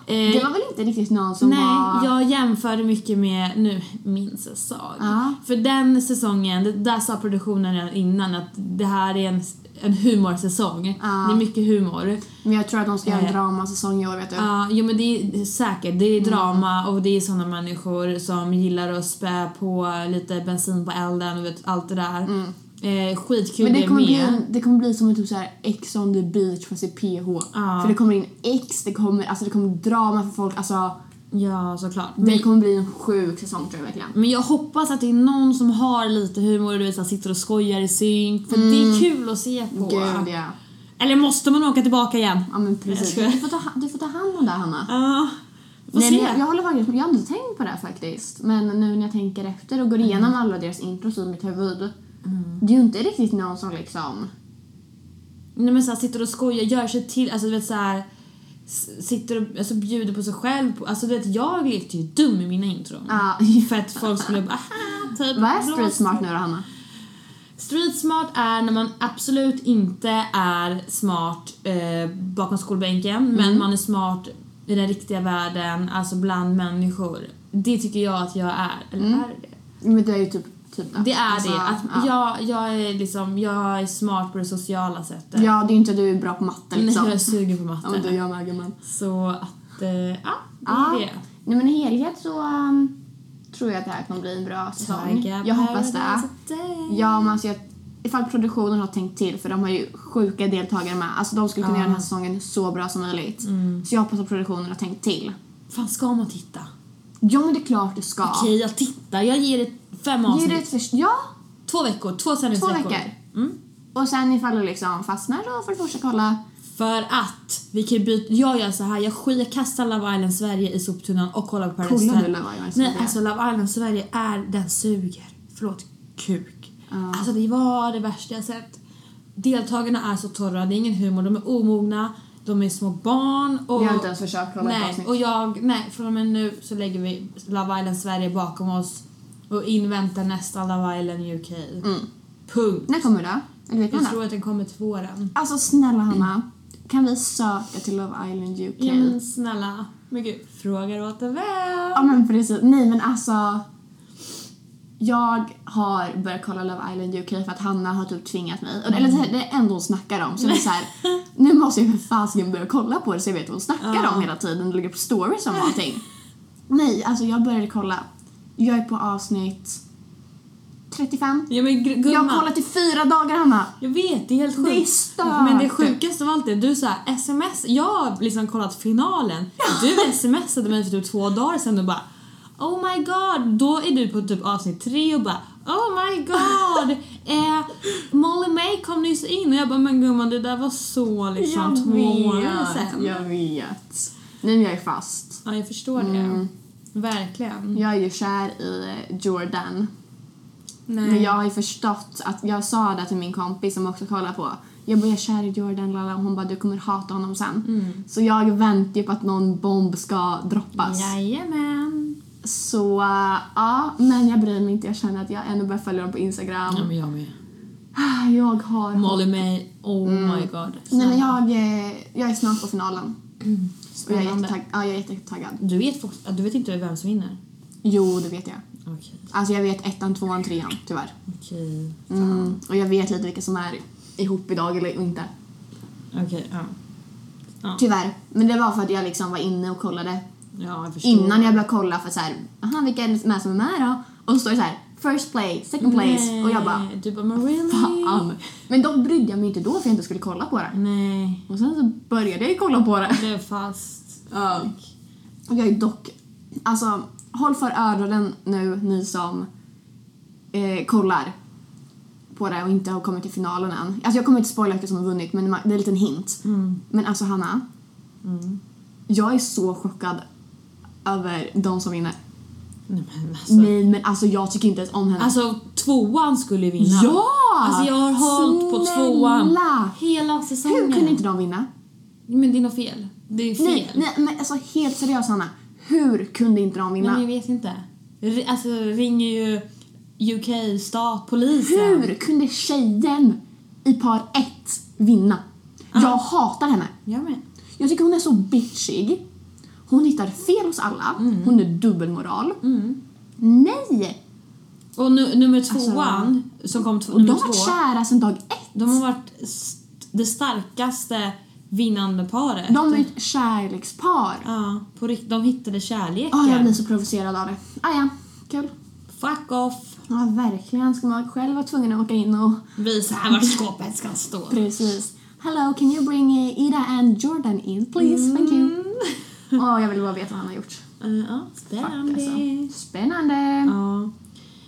Eh,
det var väl inte riktigt någon som
Nej,
var...
jag jämförde mycket med nu min säsong.
Ja.
För den säsongen, det- där sa produktionen redan innan att det här är en, en humorsäsong.
Ja.
Det är mycket humor.
Men jag tror att de ska göra en
Eh.
dramasäsong i år vet du.
Ja, jo men det är säkert. Det
Mm.
är drama och det är såna människor som gillar att spä på lite bensin på elden och vet, allt det där. Eh, skitkul
Mm. Men det kommer,
med.
bli, en- det kommer bli som en typ så här Ex on the beach fast i PH.
Ja.
För det kommer in X, det kommer, alltså det kommer drama för folk. Alltså,
Ja, såklart.
det
Men,
kommer bli en sjuk säsong tror jag verkligen.
men jag hoppas att det är någon som har lite humor och du vet, så här, sitter och skojar i synk. För det är kul att se på.
Mm. Gud ja.
Eller måste man åka tillbaka igen?
Ja men precis.
Jag
Du får ta, ha- du får ta hand om det Hanna.
Ja, får
Nej,
se.
men jag, jag håller faktiskt jag har inte tänkt på det här faktiskt. Men nu när jag tänker efter och
Mm.
går igenom alla deras intros i mitt huvud. Det är ju inte riktigt någon som liksom...
Nej men såhär sitter och skojar, gör sig till, alltså du vet såhär s- Sitter och alltså, bjuder på sig själv, på- alltså du vet jag lekte ju dum i mina intron
Ja.
För att folk skulle bara aha, typ
ah, Vad är
blås-
street smart nu då Hanna?
Street smart är när man absolut inte är smart eh, bakom skolbänken
Mm.
men man är smart i den riktiga världen, alltså bland människor Det tycker jag att jag är, eller
Mm.
är det?
Men det är ju typ... typ
Det är
alltså,
det, att
ja.
jag, jag är liksom, jag är smart på det sociala sättet
Ja, det är ju inte att du är bra på matte liksom.
Nej, jag är sugen på
Ja, men
matte.
du, jag med gumman.
Så att, eh, ja, det är
Ja.
det.
Nej men i helhet så ehm, tror jag att det här kommer bli en bra säsong.
Tiger
Jag hoppas det.
Paradise Hotel.
Ja, men alltså jag, ifall produktionen har tänkt till, för de har ju sjuka deltagare med. Alltså de skulle kunna göra den här säsongen så bra som möjligt.
Mm.
Så jag hoppas att produktionen har tänkt till.
Fan, ska man titta?
Ja men det är klart du ska.
Okej, jag tittar. Jag ger det fem
Ge
avsnitt.
det ett först... Ja,
Två veckor, två
två
sändningsveckor.
veckor.
Mm.
Och sen ifall du liksom fastnar så får du fortsätta kolla.
För att vi kan ju byta, jag gör så här, jag, sk- jag kastar Love Island Sverige i soptunnan och kollar på Paradise
Kollar du
Hotel.
Love Island
Nej,
Sverige?
alltså Love Island Sverige är, den suger. Förlåt, kuk. Alltså det var det värsta jag sett. Deltagarna är så torra, det är ingen humor, de är omogna, de är små barn och...
Jag har inte ens försökt kolla ett
Nej,
avsnitt.
och jag, nej, från och med nu så lägger vi Love Island Sverige bakom oss och inväntar nästa Love Island UK.
Mm.
Punkt.
När kommer det? Eller vet man
Jag
det?
tror att den kommer till våren.
Alltså snälla Hanna, Kan vi söka till Love Island UK?
Ja, men snälla. Men gud, frågar åt en vän.
Ja men precis. Nej men alltså. Jag har börjat kolla Love Island UK för att Hanna har typ tvingat mig. Eller det det är ändå hon snackar om. Så det är så här, nu måste jag för fasiken börja kolla på det så jag vet vad hon snackar
Ja.
om hela tiden. Det ligger på stories om allting. Nej, alltså jag började kolla. Jag är på avsnitt 35.
Ja men gr-
Jag har
gumman.
kollat i fyra dagar Hanna.
Jag vet, det är helt sjukt.
Det är stört.
Men det sjukaste av allt är du såhär sms, jag har liksom kollat finalen. Du smsade mig för typ två dagar sedan och bara Oh my god, då är du på typ avsnitt tre och bara Oh my god! Eh, Molly May kom nyss in och jag bara men gumman det där var så liksom två månader sedan.
jag vet. Nej men jag är fast.
Ja jag förstår
Mm.
det. Verkligen.
Jag är ju kär i eh, Jordan.
Nej.
Men jag har ju förstått att jag sa det till min kompis som också kollar på. Jag bara, jag är kär i Jordan lala. och hon bara du kommer hata honom sen.
Mm.
Så jag väntar ju på att någon bomb ska droppas.
Jajamän.
Så äh, ja, men jag bryr mig inte. Jag känner att jag ändå börjar följa dem på Instagram.
Ja men jag med.
Ah, Jag har...
Molly May, oh my god.
Mm. Nej men jag, eh, jag är snart på finalen. Och jag är
Spännande.
jättetag- ja, jag är jättetaggad.
Du vet, folk- du vet inte vem som vinner?
Jo, det vet jag.
Okej.
Alltså jag vet ettan, tvåan, trean tyvärr.
Okej.
Mm. Och jag vet lite vilka som är ihop idag eller inte.
Okej, ja.
Tyvärr. Men det var för att jag liksom var inne och kollade
Ja, jag förstår.
innan jag började kolla för så här, aha vilka är det med som är med då? Och så står det så här, first place, second place
Nej.
och jag bara
Du bara, men really?
fan. Men då brydde jag mig inte då för jag inte skulle kolla på det.
Nej,
Och sen så började jag ju kolla på det.
det är fast.
Ja. Och jag är dock, alltså håll för öronen nu ni som eh, kollar på det och inte har kommit till finalen än. Alltså jag kommer inte spoila vilka som har vunnit men det är en liten hint.
Mm.
Men alltså Hanna, jag är så chockad över de som vinner.
Nej, men alltså.
Nej men alltså jag tycker inte ens om henne.
Alltså tvåan skulle ju vinna.
ja!
Alltså jag har hållit på tvåan
Snälla!
hela säsongen.
Hur kunde inte de vinna?
Men det är nog fel. Det är fel.
Nej, nej men alltså helt seriöst Hanna, hur kunde inte de
Nej,
vinna?
men jag vet inte. R- alltså ringer ju UK stat, polisen.
Hur kunde tjejen i par 1 vinna? Jag
Ah.
hatar henne.
Jag med.
Jag tycker hon är så bitchig. Hon hittar fel hos alla.
Mm.
Hon är dubbelmoral. Nej!
Och nu, nummer tvåan som kom t-
Alltså, Och de
nummer
har varit
två.
kära sedan dag ett.
De har varit st- det starkaste vinnande paret.
De är ju ett kärlekspar.
Ja, på rikt- de hittade kärleken.
Ah, jag blir så provocerad av det. Ah, ja, kul.
Fuck off!
Ja, verkligen. Ska man själv vara tvungen att åka in och...
Visa här vart skåpet ska stå.
Precis. Hello, can you bring eh, Ida and Jordan in please? Thank you.
Mm.
Åh, jag vill bara veta vad han har gjort.
Eh, Ja,
Fuck,
spännande.
alltså. Spännande.
Ja.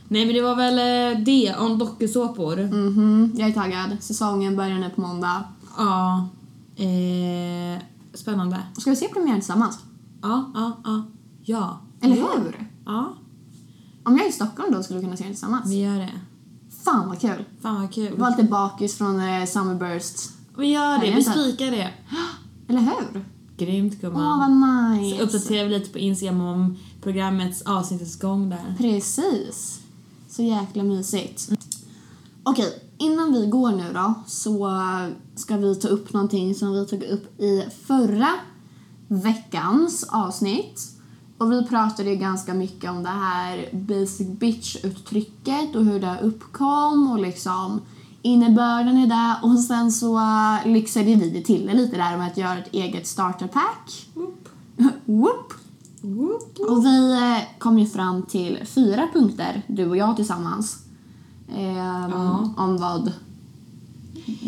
Nej men det var väl eh, det om dokusåpor.
Mhm, jag är taggad. Säsongen börjar nu på måndag.
Ja. Eh, spännande.
Ska vi se premiären tillsammans?
Ja, ja, ja. Ja.
Eller hur?
Ja,
Om jag är i Stockholm då skulle vi kunna se den tillsammans.
vi gör det.
Fan vad kul!
Fan vad kul.
Jag var lite bakis från eh, Summerburst.
Vi gör det,
Nej,
vi
vänta.
spikar det.
Eller hur?
Grymt
Åh,
gumman.
vad
Så
nice!
uppdaterar vi lite på Instagram om programmets avsnittets gång där.
Precis. Så jäkla mysigt. Okej, innan vi går nu då så eh, ska vi ta upp någonting som vi tog upp i förra veckans avsnitt. Och vi pratade ju ganska mycket om det här basic bitch-uttrycket och hur det uppkom och liksom innebörden i det. Och sen så eh, lyxade vi det till det lite där med att göra ett eget starterpack.
Woop.
Whoop!
Woop.
Och vi eh, kom ju fram till fyra punkter, du och jag tillsammans. Ehm,
Ja.
Om vad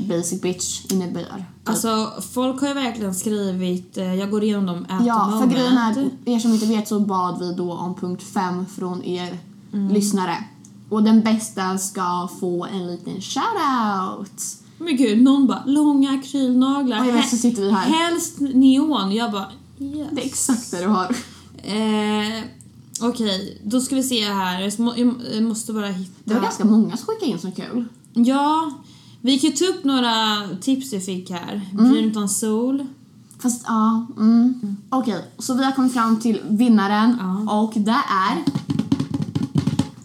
basic bitch innebär.
Alltså folk har ju verkligen skrivit, eh, jag går igenom dem at the
Ja, för
moment.
grejen är, er som inte vet så bad vi då om punkt fem från er lyssnare. Och den bästa ska få en liten shout-out.
Men gud, någon bara långa akrylnaglar.
Och jag vet,
Hä-
så sitter vi här.
Helst neon. Jag bara yes.
Det är exakt det du har.
Eh, Okej, då ska vi se här. Jag må- Jag måste bara hitta.
Det var ganska många som skickade in som kul.
Ja, vi kan ju ta upp några tips vi fick här.
Mm.
Brun utan sol.
Fast ja, mm. Okej, så vi har kommit fram till vinnaren
Ja.
och det är...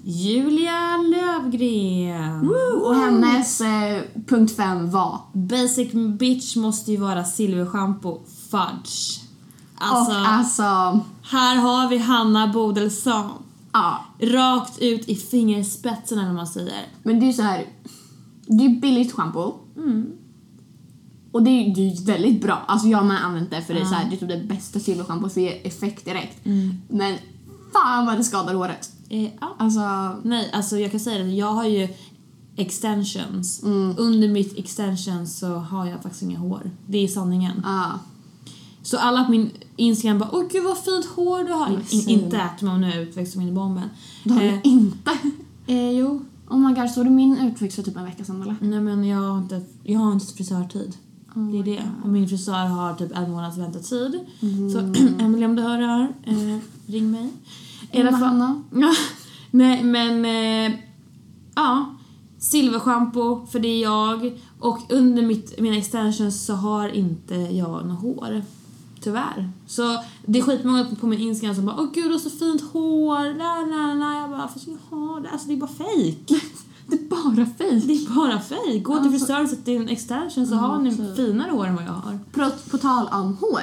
Julia Lövgren.
Woo! Och hennes eh, punkt fem var
Basic bitch måste ju vara silverschampo fudge. Alltså,
Och alltså,
här har vi Hanna Bodelsson.
ja.
Rakt ut i fingerspetsen eller vad man säger.
Men det är ju så här, det är ju billigt schampo. Mm. Och det är, ju- det är ju väldigt bra. Alltså jag har med använt det för det är så här, det är typ det bästa silverschampot för det ger effekt direkt. Men fan vad det skadar håret.
Eh, ja.
Alltså,
Nej, alltså jag kan säga det. Jag har ju extensions.
Mm.
Under mitt extensions så har jag faktiskt inga hår. Det är sanningen.
ja.
Så alla på min Instagram bara åh gud vad fint hår du har.
Men
In,
fint.
inte att man nu är utväxt som in i bomben.
det har
eh,
jag inte.
eh, jo.
Oh my god, såg du min utväxt för typ en vecka sedan eller?
Nej men jag har inte, jag har inte frisörtid. det är det. Och min frisör har typ en månads väntetid. Så Emelie om du hör det här, eh, ring mig. I alla
Ring
fall-
Hanna.
Ja, Nej men, eh, ja. Silverschampo, för det är jag. Och under mitt, mina extensions så har inte jag något hår. Tyvärr. Så det är skitmånga på min Instagram som bara åh gud du har så fint hår, la la la. Jag bara fast jag har det, alltså det är bara fejk.
Det är bara fejk.
Det är bara fejk. Gå till frisören sätt in en extension så har ni finare hår än vad jag har.
På, på tal om hår.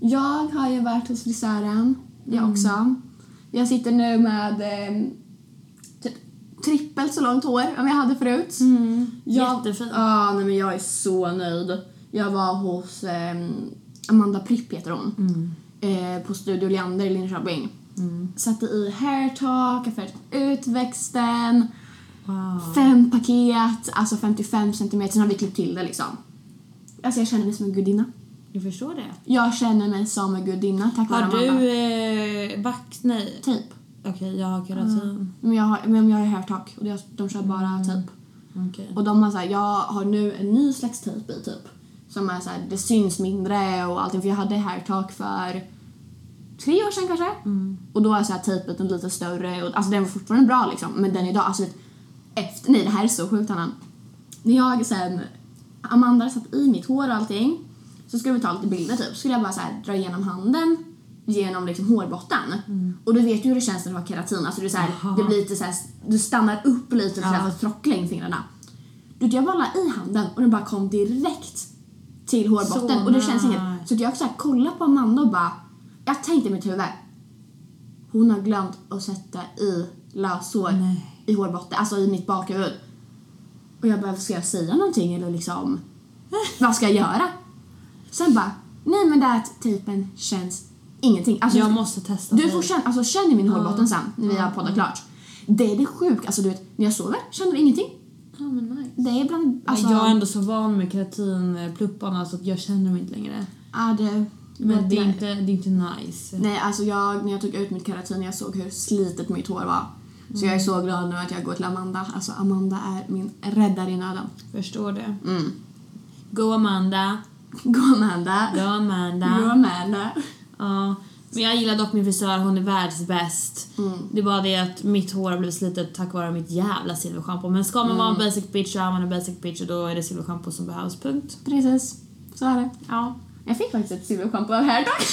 Jag har ju varit hos frisören, jag
Mm.
också. Jag sitter nu med eh, typ trippelt så långt hår än jag hade förut. Jag,
Mm. Jättefint.
Ja, nej men jag är så nöjd. Jag var hos eh, Amanda Pripp heter hon.
Mm.
Eh, på Studio Leander i Linköping. Satte i hair talk, jag färgade utväxten.
Wow.
Fem paket, alltså 55 centimeter. Sen har vi klippt till det liksom. Alltså jag känner mig som en gudinna.
Jag förstår det.
Jag känner mig som en gudinna tack vare
Har
Amanda.
du eh, back... Nej.
Typ.
Okej, jag har keratin.
Men jag har, men jag har hairtalk och det- de kör bara typ.
Okej.
Och de har så här, jag har nu en ny slags tejp i typ. Som är så här, det syns mindre och allting. För jag hade hairtalk för tre år sedan kanske. Och då är så här tejpbiten lite större. Och, alltså den var fortfarande bra liksom. Men den idag, alltså vet, efter, nej det här är så sjukt Hanna. När jag sen, Amanda hade satt i mitt hår och allting. Så skulle vi ta lite bilder typ. Skulle jag bara så här dra igenom handen. Genom liksom hårbotten. Och du vet ju hur det känns när du har keratin. Alltså det, är så här,
Aha.
det blir lite så här, du stannar upp lite för att få trockla in fingrarna. Du vet, jag bara la i handen och den bara kom direkt till hårbotten.
Så
och det känns inget.
nice.
Så att jag så här kollade på Amanda och bara, jag tänkte i mitt huvud. Hon har glömt att sätta i löshår
Nej.
i hårbotten, alltså i mitt bakhuvud. Och jag bara, ska jag säga någonting eller liksom, vad ska jag göra? Sen bara, nej men den här typen känns ingenting. Alltså,
Jag måste testa
Du
dig.
får känna, alltså känn i min hårbotten sen när vi har poddat klart. Det är det sjuka, alltså du vet, när jag sover känner jag ingenting.
Ja, men nice.
Det är bland, alltså,
jag är ändå så van med keratinplupparna så att jag känner dem inte längre.
ja, det,
Men det är, inte, det är inte nice.
Nej, alltså jag, när jag tog ut mitt keratin jag såg hur slitet mitt hår var. Så jag är så glad nu att jag går till Amanda. Alltså Amanda är min räddare i nöden.
Förstår det. Go Amanda,
Gå Amanda.
go Amanda.
Gå Amanda.
Ja. Men jag gillar dock min frisör, hon är världsbäst. Det är bara det att mitt hår har blivit slitet tack vare mitt jävla silverschampo. Men ska man vara en basic bitch så är man en basic bitch och då är det silverschampo som behövs, punkt.
Precis, så är det.
Ja.
Jag fick faktiskt ett silverschampo av hair talk.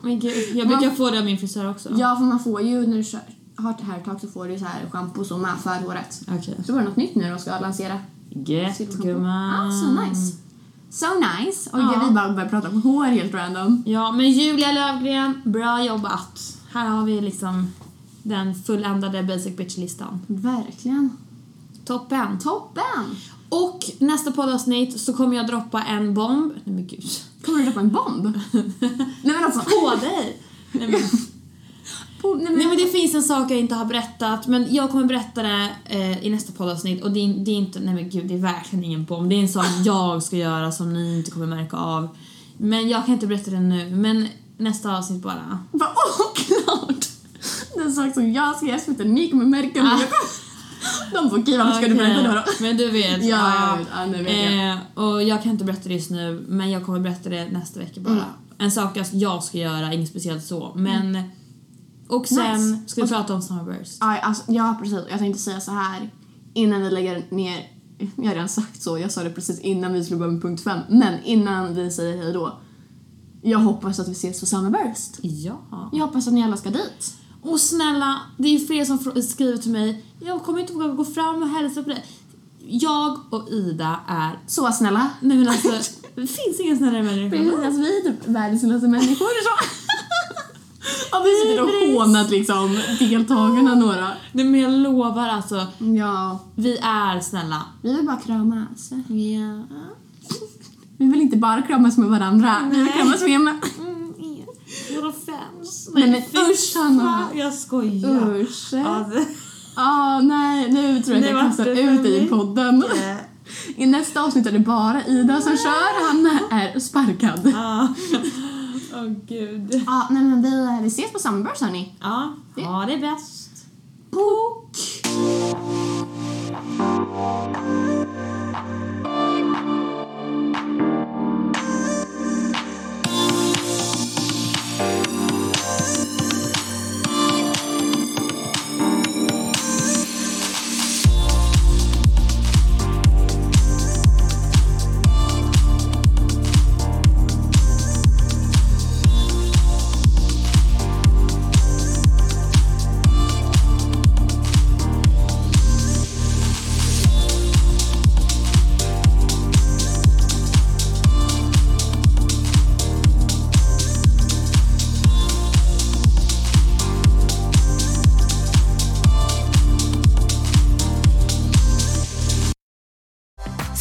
Men gud, jag brukar få det av min frisör också.
Ja, för man får ju när du kör, har ett hair talk så får du så här schampo som är för håret.
Okej.
Så var det något nytt nu de ska lansera.
Gött
Silverschampo.
gumman.
Ah, so nice. So nice. Och
Ja.
vi bara börjar prata om hår helt random.
Ja, men Julia Lövgren, bra jobbat. Här har vi liksom den fulländade basic bitch-listan.
Verkligen.
Toppen!
Toppen!
Och nästa poddavsnitt så kommer jag droppa en bomb. Nej men gud.
Kommer du droppa en bomb? Nej men alltså,
På dig! Nej men,
på, nej, men,
nej men det finns en sak jag inte har berättat men jag kommer berätta det eh, i nästa poddavsnitt och det är, det är inte, nej men gud det är verkligen ingen bomb. Det är en sak jag ska göra som ni inte kommer märka av. Men jag kan inte berätta det nu men nästa avsnitt bara.
Vad oklart! Det är en sak som jag ska göra som inte ni kommer märka men jag kommer- De får kiva, ska du
Okej.
berätta då? då?
Men du vet.
Ja, jag vet. Ja, nu vet jag.
Eh, och jag kan inte berätta det just nu, men jag kommer berätta det nästa vecka
Mm.
bara. En sak jag- jag ska göra, inget speciellt så, men... Och sen
Mm. Nice.
ska vi prata om Summerburst.
Aj, alltså, ja precis, jag tänkte säga så här innan vi lägger ner, jag har redan sagt så, jag sa det precis innan vi skulle börja med punkt 5, men innan vi säger hej då. Jag hoppas att vi ses på Summerburst.
Ja.
Jag hoppas att ni alla ska dit.
Och Och snälla, det är fler som frå- skriver till mig. Jag kommer inte våga gå fram och hälsa på dig. Jag och Ida är...
Så snälla.
Nej men alltså, det finns inga snällare människor.
Precis, alltså, vi är typ världens snällaste människor. Så. Ja, vi sitter och hånat liksom deltagarna några.
Nej men jag lovar alltså,
Ja,
vi är snälla.
vi vill bara kramas. Vi vill inte bara kramas med varandra, vi vill
Nej.
kramas med... med.
Mm, er. Våra fans.
Nej men usch Hanna!
Fan, Jag skojar.
Usch! Ja,
Alltså,
nej, nu tror jag att
Nu
jag
vart
kastar
det
ut dig i
för
podden. I nästa avsnitt är det bara Ida som kör, Hanna är sparkad.
ja. Åh gud.
Ja, nej men vi, vi ses på Summerburst hörni.
Ja, ha det bäst.
Bok!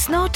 Snart